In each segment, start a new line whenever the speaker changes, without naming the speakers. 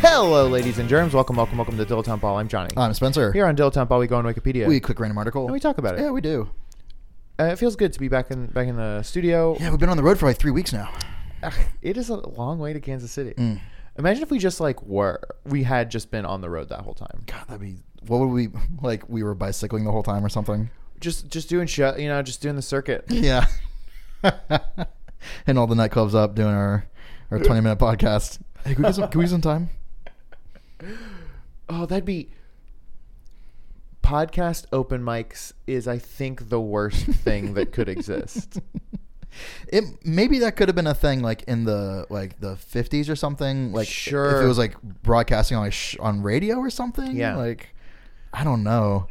Hello, ladies and germs. Welcome, welcome, welcome to Dill Temp Ball. I'm Johnny.
I'm Spencer.
Here on Dill Temp Ball, we go on Wikipedia
We quick random article.
and we talk about it.
Yeah, we do.
Uh, it feels good to be back in back in the studio.
Yeah, we've been on the road for like three weeks now.
It is a long way to Kansas City.
Mm.
Imagine if we just like were we had just been on the road that whole time,
God, that'd be. What would we like? We were bicycling the whole time or something.
just just doing shit, you know, just doing the circuit.
Yeah. and all the nightclubs up doing our our twenty minute podcast. Hey, can we get some, can we get some time?
Oh, that'd be podcast open mics is I think the worst thing that could exist.
It maybe that could have been a thing like in the like the fifties or something. Like
Sure.
if it was like broadcasting on like sh- on radio or something.
Yeah.
like I don't know.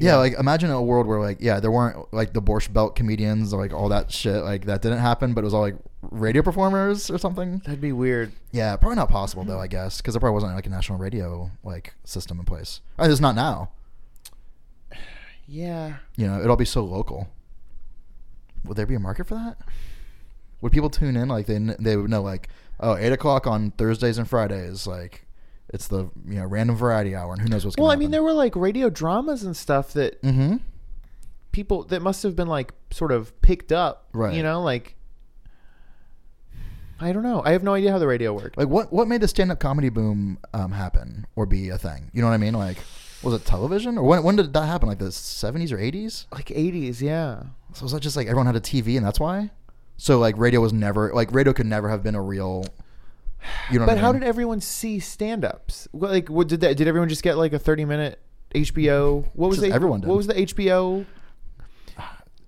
Yeah, like imagine a world where like yeah there weren't like the Borscht Belt comedians or like all that shit like that didn't happen, but it was all like radio performers or something.
That'd be weird.
Yeah, probably not possible though I guess because there probably wasn't like a national radio like system in place. At least not now.
Yeah.
You know, it'd all be so local. Would there be a market for that? Would people tune in like they kn- they would know like oh eight o'clock on Thursdays and Fridays like it's the you know random variety hour and who knows what's going
Well, I mean, there were like radio dramas and stuff that
mm-hmm.
people that must have been like sort of picked up,
Right.
You know, like I don't know. I have no idea how the radio worked.
like what what made the stand up comedy boom um, happen or be a thing? You know what I mean? Like was it television or when when did that happen? Like the seventies or eighties?
Like eighties, yeah.
So was that just like everyone had a TV and that's why? So like radio was never like radio could never have been a real. You know,
But
what I
how
mean?
did everyone see stand-ups? Well, Like, what did that? Did everyone just get like a thirty-minute HBO? What was
Just
the,
everyone did.
What was the HBO?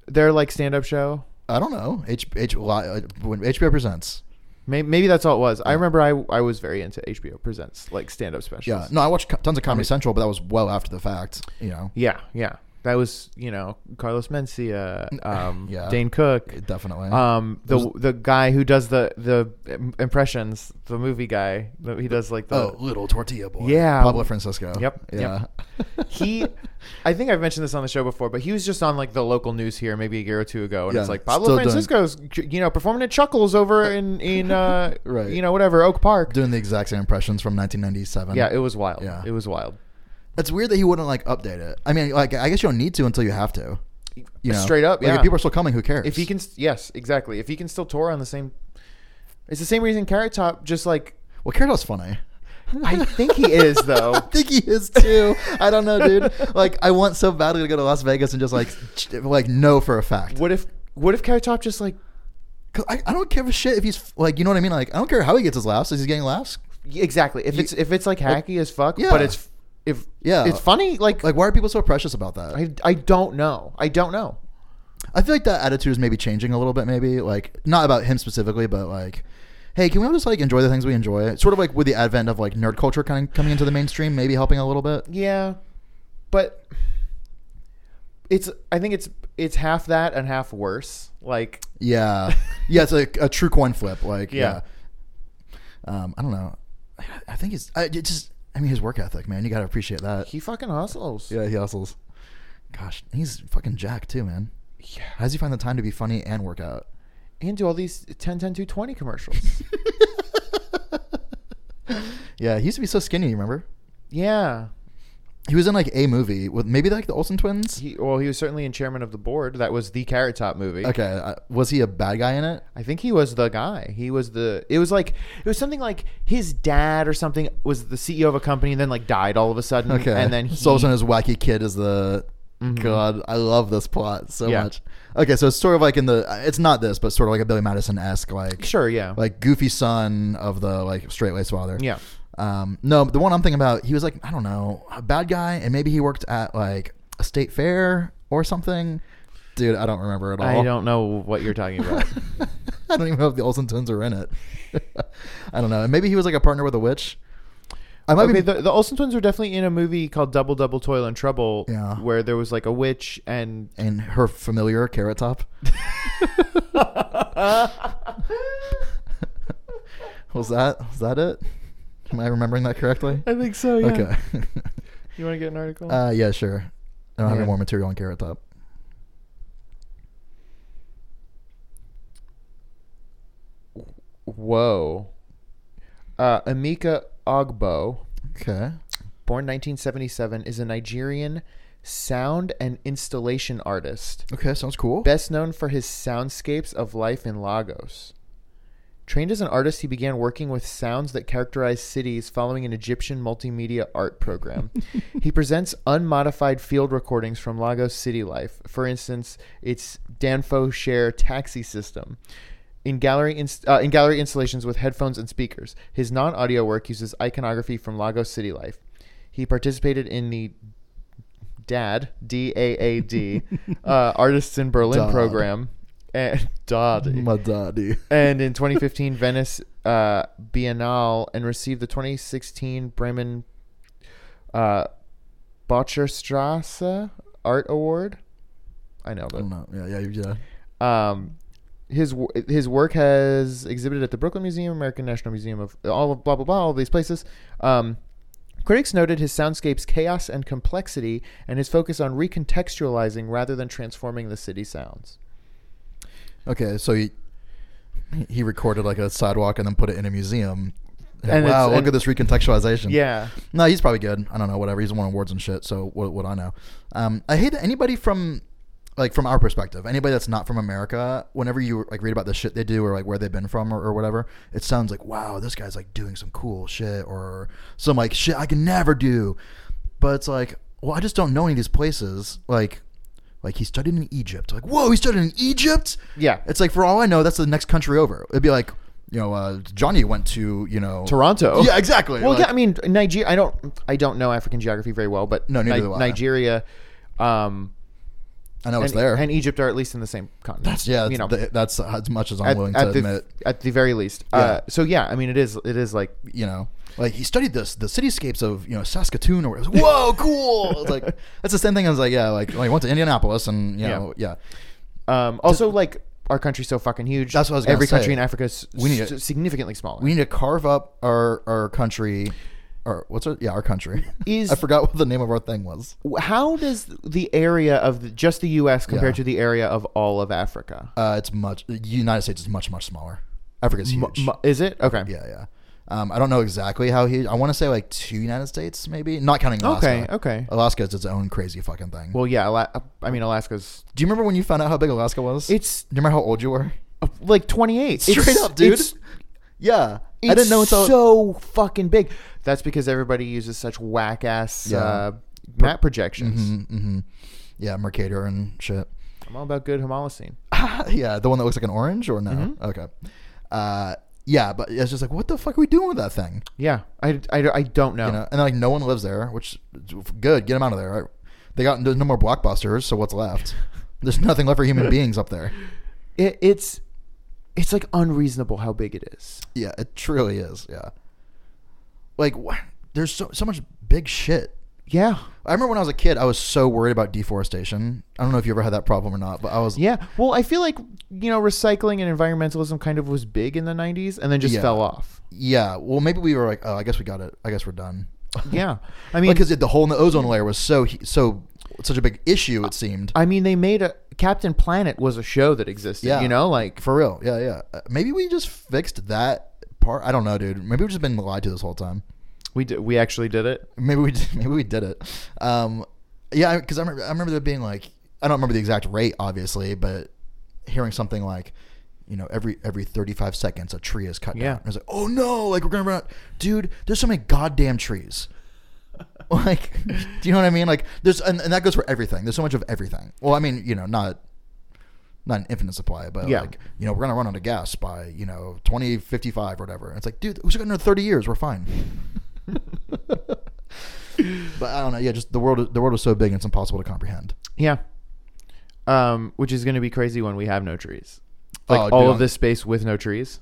Their like stand-up show.
I don't know. H H li- when HBO presents.
Maybe, maybe that's all it was. I remember I I was very into HBO presents like stand-up specials.
Yeah. No, I watched co- tons of Comedy Central, but that was well after the fact. You know,
yeah, yeah. That was you know Carlos Mencia, um,
Yeah.
Dane Cook.
definitely.
Um, the
There's-
the guy who does the the im- impressions, the movie guy, the- he does like the
oh, little tortilla boy.
Yeah.
Pablo Francisco.
Yep,
Yeah.
he. I think I've mentioned this on the show before, but he was just on like the local news here maybe a year or two ago, and it's
Yeah,
like
still
Pablo
doing-
Francisco's, you know, performing at Chuckles over in in uh,
Right.
you know, whatever Oak Park.
Doing the exact same impressions from 1997.
yeah, it was wild.
Yeah.
it was wild.
It's weird that he wouldn't like update it. I mean, like I guess you don't need to until you have to. You know,
Straight up,
Like,
yeah.
if people are still coming, who cares?
If he can, s- yes, exactly. If he can still tour on the same, it's the same reason Carrot Top just like
well, Carrot's funny.
I think he is though.
I think he is too. I don't know, dude. Like, I want so badly to go to Las Vegas and just like, ch- like know for a fact.
What if what if Carrot Top just like
Cause I, I don't give a shit if he's like, you know what I mean? Like, I don't care how he gets his laughs. Is he getting laughs?
Yeah, Exactly. If it's if it's like hacky as fuck,
yeah.
but it's if
Yeah.
it's funny. Like,
Like, why are people so precious about that? I,
I I don't know. I don't know.
feel like that attitude is maybe changing a little bit. Maybe like not about him specifically, but like, hey, can we all just like enjoy the things we enjoy? Sort of like with the advent of like nerd culture kind of coming into the mainstream, maybe helping a little bit.
Yeah, but it's I think it's it's half that and half worse. Like
Yeah, yeah, it's like a true coin flip. Like,
Yeah.
yeah, Um, I don't know. I, I think it's I, it just. I mean, his work ethic, man. You gotta appreciate that.
he fucking hustles.
yeah, he hustles. Gosh, he's fucking jacked too, man.
Yeah.
How does he find the time to be funny and work out?
And do all these 10, 10, 2, 20 commercials.
Yeah, he used to be so skinny. Remember?
yeah.
He was in like a movie with maybe like the Olsen twins.
He well, he was certainly in chairman of the board. That was the Carrot Top movie.
okay, uh, was he a bad guy in it?
I think he was the guy. He was the. It was like it was something like his dad or something was the CEO of a company and then like died all of a sudden.
Okay,
Mm-hmm. and then he. Mm-hmm.
so all of a sudden his wacky kid is the God. I love this plot so
Yeah.
much. Okay, so it's sort of like in the it's not this, but sort of like a Billy Madison esque like
sure, yeah,
like goofy son of the like straight laced father.
yeah.
Um, no, but the one I'm thinking about, he was like, I don't know, a bad guy, and maybe he worked at like a state fair or something. Dude, I don't remember at all.
I don't know what you're talking about.
I don't even know if the Olsen twins are in it. I don't know. And maybe he was like a partner with a witch. I might
okay,
be.
the, the Olsen twins were definitely in a movie called Double Double Toil and Trouble,
Yeah.
where there was like a witch and
and her familiar carrot top was that was that it? Am I remembering that correctly?
I think so.
Okay.
You want to get an article?
uh, yeah, sure. I don't have
Okay.
any more material on carrot top.
Whoa. Uh, Amika Ogbo,
Okay.
born 1977, is a Nigerian sound and installation artist,
Okay, sounds cool.
best known for his soundscapes of life in Lagos. Trained as an artist, he began working with sounds that characterize cities following an Egyptian multimedia art program. he presents unmodified field recordings from Lagos city life. For instance, its Danfo Share taxi system. In gallery, inst- uh, in gallery installations with headphones and speakers. His non audio work uses iconography from Lagos city life. He participated in the DAD, D A A D, uh, Artists in Berlin
Dodd.
program. And, Dodd
My daddy.
and in 2015 Venice uh, Biennale and received the 2016 Bremen uh, Botcherstrasse Art Award. I know,
I don't
but
know. Yeah, yeah, yeah.
um, his wo- his work has exhibited at the Brooklyn Museum, American National Museum of all of blah blah blah, all these places. Um, critics noted his soundscapes chaos and complexity, and his focus on recontextualizing rather than transforming the city sounds.
Okay, so he he recorded like a sidewalk and then put it in a museum. Yeah,
And it's-
wow, look
and-
at this recontextualization.
Yeah,
No, he's probably good. I don't know, whatever. He's won awards and shit, so what, what I know. Um, I hate that anybody from like from our perspective, anybody that's not from America, whenever you like read about the shit they do or like where they've been from or, or whatever, it sounds like, wow, this guy's like doing some cool shit or some like shit I can never do. But it's like, well, I just don't know any of these places. Like like he studied in Egypt. Like, whoa, he studied in Egypt?
yeah.
It's like for all I know, that's the next country over. It'd be like, you know, uh, Johnny went to, you know
Toronto.
Yeah, exactly.
Well,
Like-
yeah, I mean Nigeria. I don't, I don't know African geography very well, but
No, neither
Ni-
do I.
Nigeria, um,
I know it's
and,
there.
and Egypt are at least in the same continent.
that's yeah. That's,
you know,
th- that's as much as I'm
at,
willing
at
to
the
admit.
at the very least. Uh, so yeah, I mean, it is, it is like
You know, like he studied this the cityscapes of you know Saskatoon or whoa, cool. It's like that's the same thing. I was like, yeah, like like went to Indianapolis and you
Yeah.
know, yeah.
Um, also, like our country's so fucking huge.
That's what I was gonna
Every
say.
country in Africa is
We need
s-
to-
significantly smaller.
We need to carve up our our country, or what's our yeah our country.
Is-
I forgot what the name of our thing was.
How does the area of the, just the U.S. compared to
Yeah.
the area of all of Africa?
Uh, it's much. The United States is much much smaller. Africa's
M-
huge.
m- is it okay?
yeah, yeah. Um, I don't know exactly how huge. I want to say like two United States, maybe not counting Alaska.
Okay, okay.
Alaska is its own crazy fucking thing.
Well, yeah. Ala- I mean, Alaska's
Do you remember when you found out how big Alaska was?
it's
Do you remember how old you were?
uh, like twenty eight.
Straight up, dude. Oh, yeah, I didn't know until
so fucking big. That's because everybody uses such whack ass
Yeah.
uh, map projections.
Mhm, mhm. Yeah, Mercator and shit.
I'm all about good homolocene.
yeah, the one that looks like an orange or no? Okay. Uh, yeah, but it's just like, what the fuck are we doing with that thing?
Yeah, I, I, I don't know.
You know, and like no one lives there, which good. Get them out of there. They got there's no more blockbusters, so what's left? There's nothing left for human beings up there.
It, it's it's like unreasonable how big it is.
Yeah, it truly is. Yeah. Like, wh- there's so so much big shit
Yeah.
I remember when I was a kid, I was so worried about deforestation. I don't know if you ever had that problem or not, but I was
Yeah. Well, I feel like, you know, recycling and environmentalism kind of was big in the 90s and then just
Yeah.
fell off.
yeah. Well, maybe we were like, oh, I guess we got it. I guess we're done.
Yeah. I mean,
because the hole in the ozone layer was so hu- so such a big issue. It seemed
I mean, they made a Captain Planet was a show that existed,
Yeah.
you know, like
for real. Yeah, yeah. Uh, Maybe we just fixed that part. I don't know, dude. Maybe we've just been lied to this whole time.
we did, we actually did it.
Maybe we maybe we did it. Um, yeah, because I remember I remember there being like I don't remember the exact rate, obviously, but hearing something like, you know, every every thirty five seconds a tree is cut
Yeah.
down. I was like, oh no, like we're gonna run out, dude. There's so many goddamn trees. Like, do you know what I mean? Like, there's and, and that goes for everything. There's so much of everything. Well, I mean, you know, not not an infinite supply, but
Yeah.
like you know we're gonna run out of gas by you know twenty fifty five or whatever. It's like, dude, we got another thirty years. We're fine. but I don't know. Yeah, just the world. The world is so big, it's impossible to comprehend.
Yeah. Um, which is going to be crazy when we have no trees. Like
Oh, dude,
all of
I'm-
this space with no trees.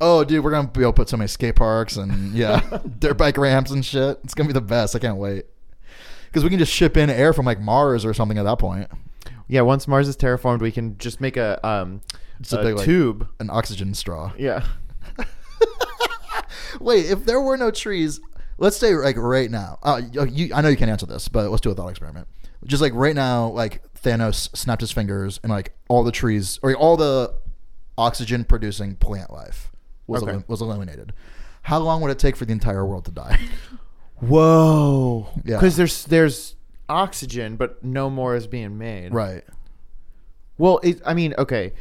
Oh, dude, we're gonna be able to put so many skate parks and yeah, dirt bike ramps and shit. It's gonna be the best. I can't wait. Because we can just ship in air from like Mars or something at that point.
Yeah, once Mars is terraformed, we can just make a um
It's a
a
big, like-
tube.
An oxygen straw.
yeah.
Wait, if there were no trees, let's say like right now. Uh, you, I know you can't answer this, but let's do a thought experiment. Just like right now, like Thanos snapped his fingers and like all the trees or all the oxygen producing plant life was
Okay.
elim- was eliminated. How long would it take for the entire world to die?
Whoa.
Yeah.
Because there's there's oxygen, but no more is being made.
right.
Well, it, I mean, okay.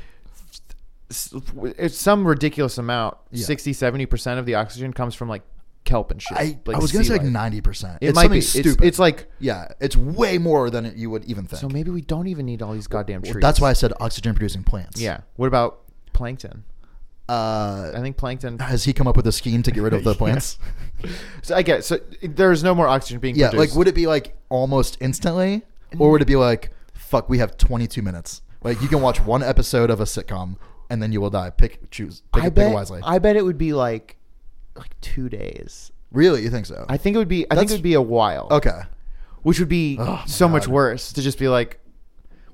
S- It's some ridiculous amount.
Yeah.
Sixty, seventy 60, 70% of the oxygen comes from like kelp and shit.
I,
like
I was gonna
sea
say like
life.
ninety percent.
It
it's
might
something
be
stupid.
It's, it's like
yeah, it's way more than you would even think.
so maybe we don't even need all these goddamn trees.
That's why I said oxygen producing plants.
Yeah. What about plankton? I
Uh,
think plankton.
has he come up with a scheme to get rid of the
Yeah.
plants?
So I guess so. There's no more oxygen being
Yeah,
produced.
like would it be like almost instantly, or would it be like fuck? We have 22 minutes. Like you can watch one episode of a sitcom and then you will die. Pick choose. Pick,
I
pick
bet.
wisely.
I bet it would be like like two days.
really, you think so?
I think it would be. I think
That's-
it would be a while.
okay,
Which would be
Oh, my
so much
God.
worse to just be like,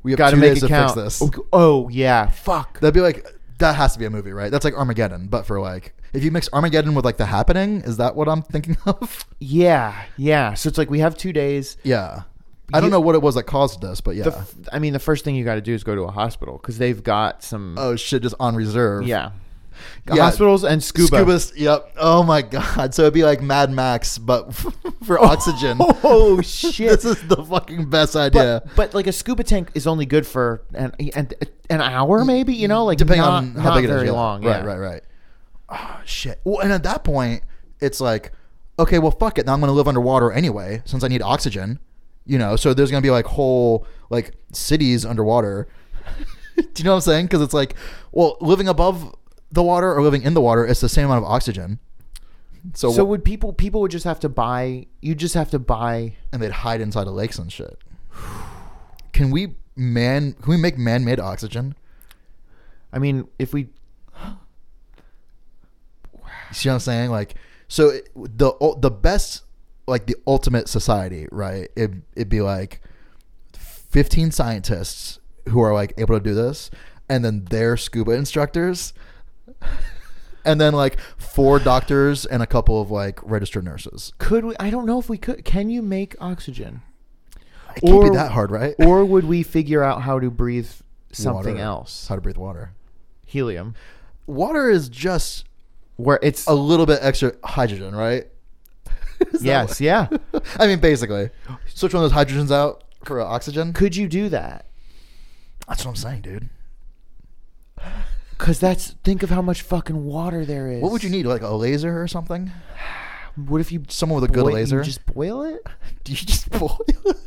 we have
gotta
two
make
days
it
to
count.
fix this.
Oh, oh, yeah, fuck.
That'd be like that has to be a movie, right? That's like Armageddon, but for like if you mix Armageddon with like The Happening, is that what I'm thinking of?
yeah, yeah. So it's like we have two days.
yeah, I don't
You-
know what it was that caused this, but yeah.
The f- I mean, the first thing you got to do is go to a hospital because they've got some.
oh shit, just on reserve.
yeah.
Yeah.
Hospitals and scuba.
Scuba's, yep. Oh my god. So it'd be like Mad Max, but for oxygen.
Oh shit!
this is the fucking best
but,
idea.
but like a scuba tank is only good for an an, an hour, maybe. You know, like
Depending
not,
on
not
how big it is.
very
yeah.
long.
Right,
yeah.
right, right. Oh shit. Well, and at that point, it's like, okay, well, fuck it. Now I'm gonna live underwater anyway, since I need oxygen. You know, so there's gonna be like whole like cities underwater. Do you know what I'm saying? Because it's like, well, living above the water or living in the water, it's the same amount of oxygen. So,
So would people? People would just have to buy. You just have to buy.
and they'd hide inside of lakes and shit. Can we man? Can we make man-made oxygen?
I mean, if we
You see what I'm saying? Like, so it, the ul- the best, like the ultimate society, right? It it'd be like fifteen scientists who are like able to do this, and then their scuba instructors, and then like four doctors and a couple of like registered nurses.
could, we, I don't know if we could. Can you make oxygen?
It can't
Or-
be that hard, right?
Or would we figure out how to breathe something
Water.
else?
How to breathe water?
Helium,
Water is just
where it's
a little bit extra hydrogen, right? Is that
yes, yeah.
what- I mean, basically, switch one of those hydrogens out for uh, oxygen.
Could you do that?
That's what I'm saying, dude.
Because that's think of how much fucking water there is.
What would you need? Like a laser or something?
What if you
Someone with a good
boi- you
laser?
just boil it?
Do you just boil it?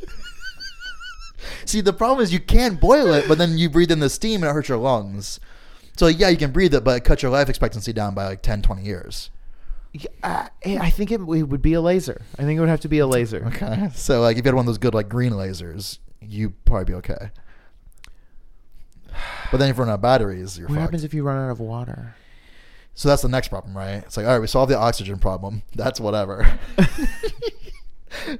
See, the problem is you can boil it, but then you breathe in the steam and it hurts your lungs. So, yeah, you can breathe it, but it cuts your life expectancy down by like 10, 20 years.
Yeah, uh, I think it, it would be a laser. I think it would have to be a laser.
Okay. So, like, if you had one of those good, like, green lasers, you'd probably be okay. But then if you run out of batteries, you're
What
fucked.
happens if you run out of water?
So that's the next problem, right? It's like, all right, we solved the oxygen problem. That's whatever.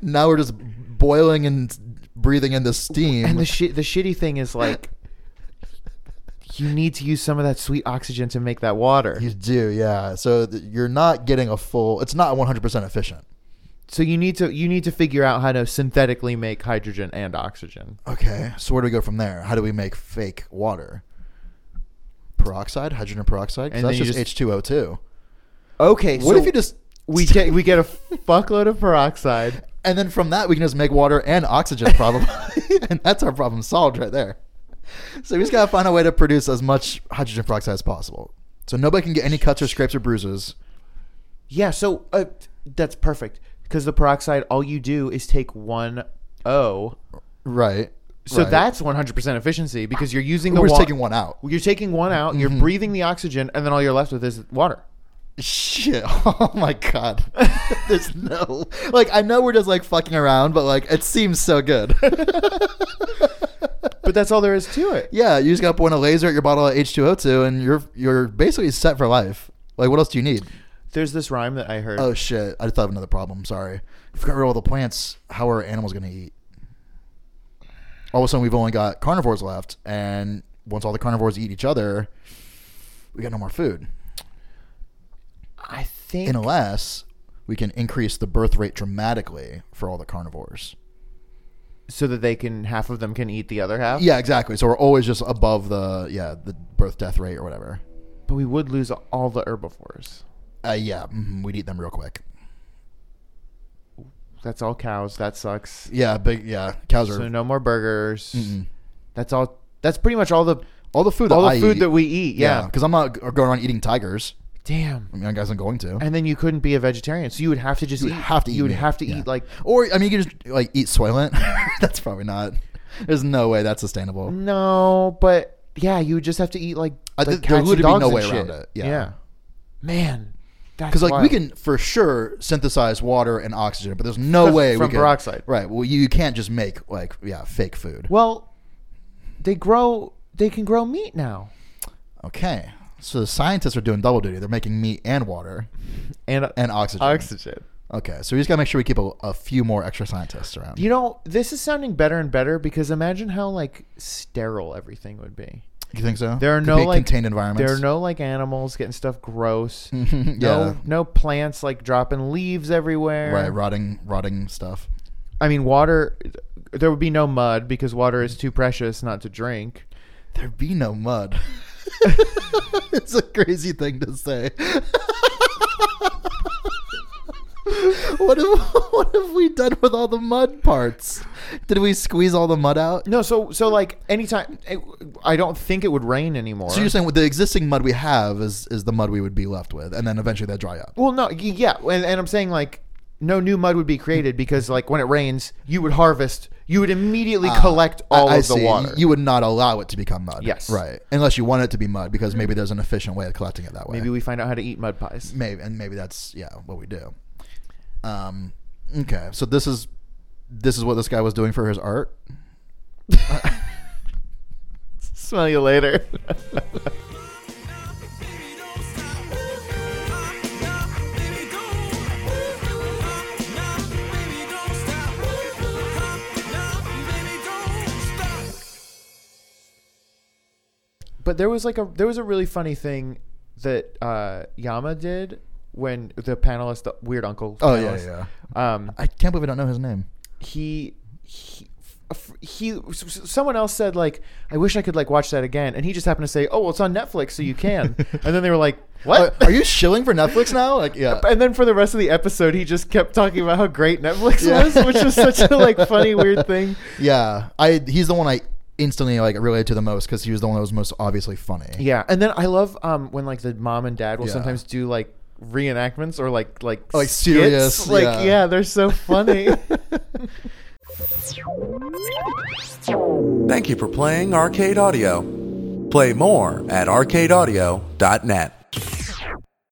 now we're just boiling and breathing in the steam.
And the shi- the shitty thing is like you need to use some of that sweet oxygen to make that water.
you do, yeah. So th- you're not getting a full. It's not 100% efficient.
So you need to you need to figure out how to synthetically make hydrogen and oxygen.
Okay. So where do we go from there? How do we make fake water? Peroxide, hydrogen peroxide. 'Cause
And
that's
then you
just, H2O2.
Okay,
What if you just
we get we get a fuckload of peroxide.
and then from that we can just make water and oxygen problem, and that's our problem solved right there. So we just gotta find a way to produce as much hydrogen peroxide as possible, so nobody can get any cuts or scrapes or bruises.
Yeah, so uh, that's perfect because the peroxide all you do is take one O
Right.
So
Right.
that's 100% efficiency because you're using the
We're
wa-
just taking one Mm-hmm. out.
You're taking one out, you're breathing the oxygen, and then all you're left with is water.
Shit. Oh my god. There's no like I know we're just like fucking around, but like it seems so good.
But that's all there is to it.
yeah, you just gotta point a laser at your bottle of H two O two and you're you're basically set for life. Like what else do you need?
There's this rhyme that I heard.
Oh shit. I thought of another problem, sorry. If we got rid of all the plants, how are animals gonna eat? All of a sudden we've only got carnivores left, and once all the carnivores eat each other, we got no more food.
I think
Unless we can increase the birth rate dramatically for all the carnivores.
so that they can half of them can eat the other half.
Yeah, exactly. So we're always just above the yeah the birth death rate or whatever.
But we would lose all the herbivores.
Uh, yeah, mhm, we'd eat them real quick.
That's all cows. That sucks.
Yeah, big yeah cows are
So no more burgers.
Mm-mm.
That's all. That's pretty much all the
all the food that
all the
I
food
eat-
that we eat. Yeah.
because I'm not g- going around eating tigers.
Damn.
I mean, I guess I'm going to.
And then you couldn't be a vegetarian, so you would have to just
You would
eat.
have to eat
you would
meat,
have to
yeah.
eat like
Or I mean, you could just like eat Soylent. that's probably not. There's no way that's
Mm,
sustainable.
no, but yeah, you would just have to eat like,
I-
like
Uh, there- there
cats and
would be
dogs
no
and
way
shit.
around it, yeah.
Man, that's
Because like we
wild.
can for sure synthesize water and oxygen, but there's no
From-
way
from
we can,
peroxide.
Right. Well, you, you can't just make like yeah fake food.
Well, they grow. They can grow meat now,
Okay. So the scientists are doing double duty. They're making meat and water
and
and oxygen.
oxygen.
Okay, so we just gotta make sure we keep a, a few more extra scientists around.
You know, this is sounding better and better because imagine how like sterile everything would be.
you think so?
There are
Could
no
be
like
contained environments.
There are no like animals getting stuff gross.
yeah,
No, no plants like dropping leaves everywhere.
right, rotting, rotting stuff.
I mean, water. There would be no mud because water is too precious not to drink.
There'd be no mud. it's a crazy thing to say. what have what have we done with all the mud parts? Did we squeeze all the mud out?
No, so so like anytime, I- I don't think it would rain anymore.
So you're saying with the existing mud we have is is the mud we would be left with, and then eventually that dry up.
Well, no, y- yeah, and, and I'm saying like no new mud would be created because like when it rains, you would harvest, you would immediately collect
Ah, I-
all
I
of the
see.
water.
You would not allow it to become mud.
Yes. Mm-hmm.
Right. Unless you want it to be mud, because maybe there's an efficient way of collecting it that way.
Maybe we find out how to eat mud pies.
Maybe, and maybe that's yeah what we do. Um. Okay. So this is this is what this guy was doing for his art.
Smell you later.
Baby, don't stop. Nah, nah, baby, don't. Nah, baby, don't stop. Nah, baby, don't stop.
but there was like a there was a really funny thing that uh, Yama did when the panelist, the weird uncle.
Oh, yeah,
panelist,
yeah,
Um,
I can't believe I don't know his name.
he he f- he s- s- someone else said like i wish i could like watch that again and he just happened to say oh well it's on netflix so you can and then they were like what
Are, are you shilling for Netflix now? Like yeah.
and then for the rest of the episode he just kept talking about how great netflix
Yeah.
was which was such a like funny weird thing
Yeah. I he's the one I instantly like related to the most because he was the one that was most obviously funny.
yeah and then i love um when like the mom and dad will
Yeah.
sometimes do like reenactments or like like
Like,
skits.
serious,
like
yeah.
yeah they're so funny
Thank you for playing Arcade Audio. Play more at arcadeaudio.net.